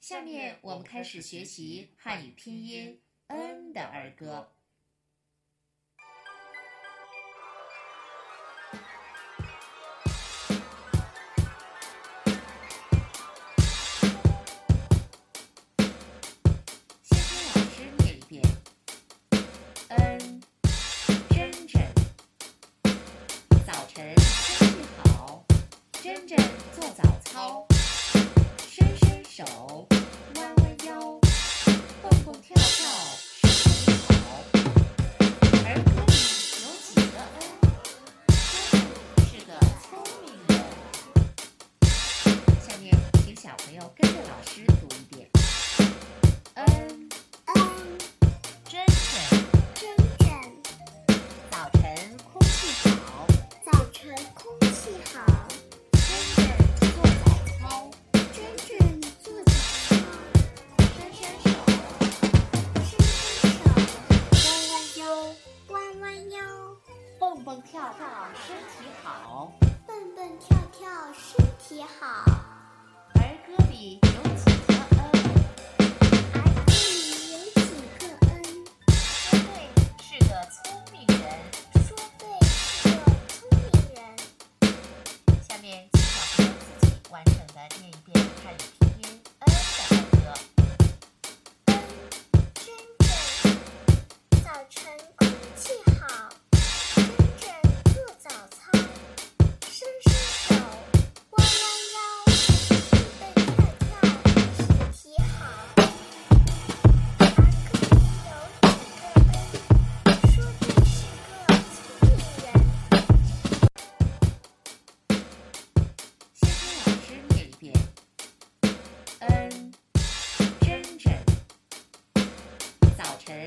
下面我们开始学习汉语拼音 “n” 的儿歌。先听老师念一遍：“n 珍珍，早晨天气好，珍珍做早操，伸伸手。”弯弯腰，蹦蹦跳跳，身体好。儿歌里有几个 N？真的是个聪明人。下面请小朋友跟着老师读一遍。N 嗯，真真，真正早晨空气好，早晨空气好，真真做早操，真正做早操，伸伸手，伸伸手，弯弯腰，弯弯腰，蹦蹦跳跳，身体好。蹦蹦跳跳，身体好。儿歌里有几个 N？儿歌里有几个 N？说对是个聪明人。说对是个聪明人。下面请小朋友自己完整的念一遍汉语拼音 “n” 的儿歌。嗯，真正早晨空气好，真正做早操，伸伸手，弯弯腰，蹦蹦跳跳，身体好。儿歌里有几个 N？说对是个聪明人。先听老师念一遍：“n 真真，早晨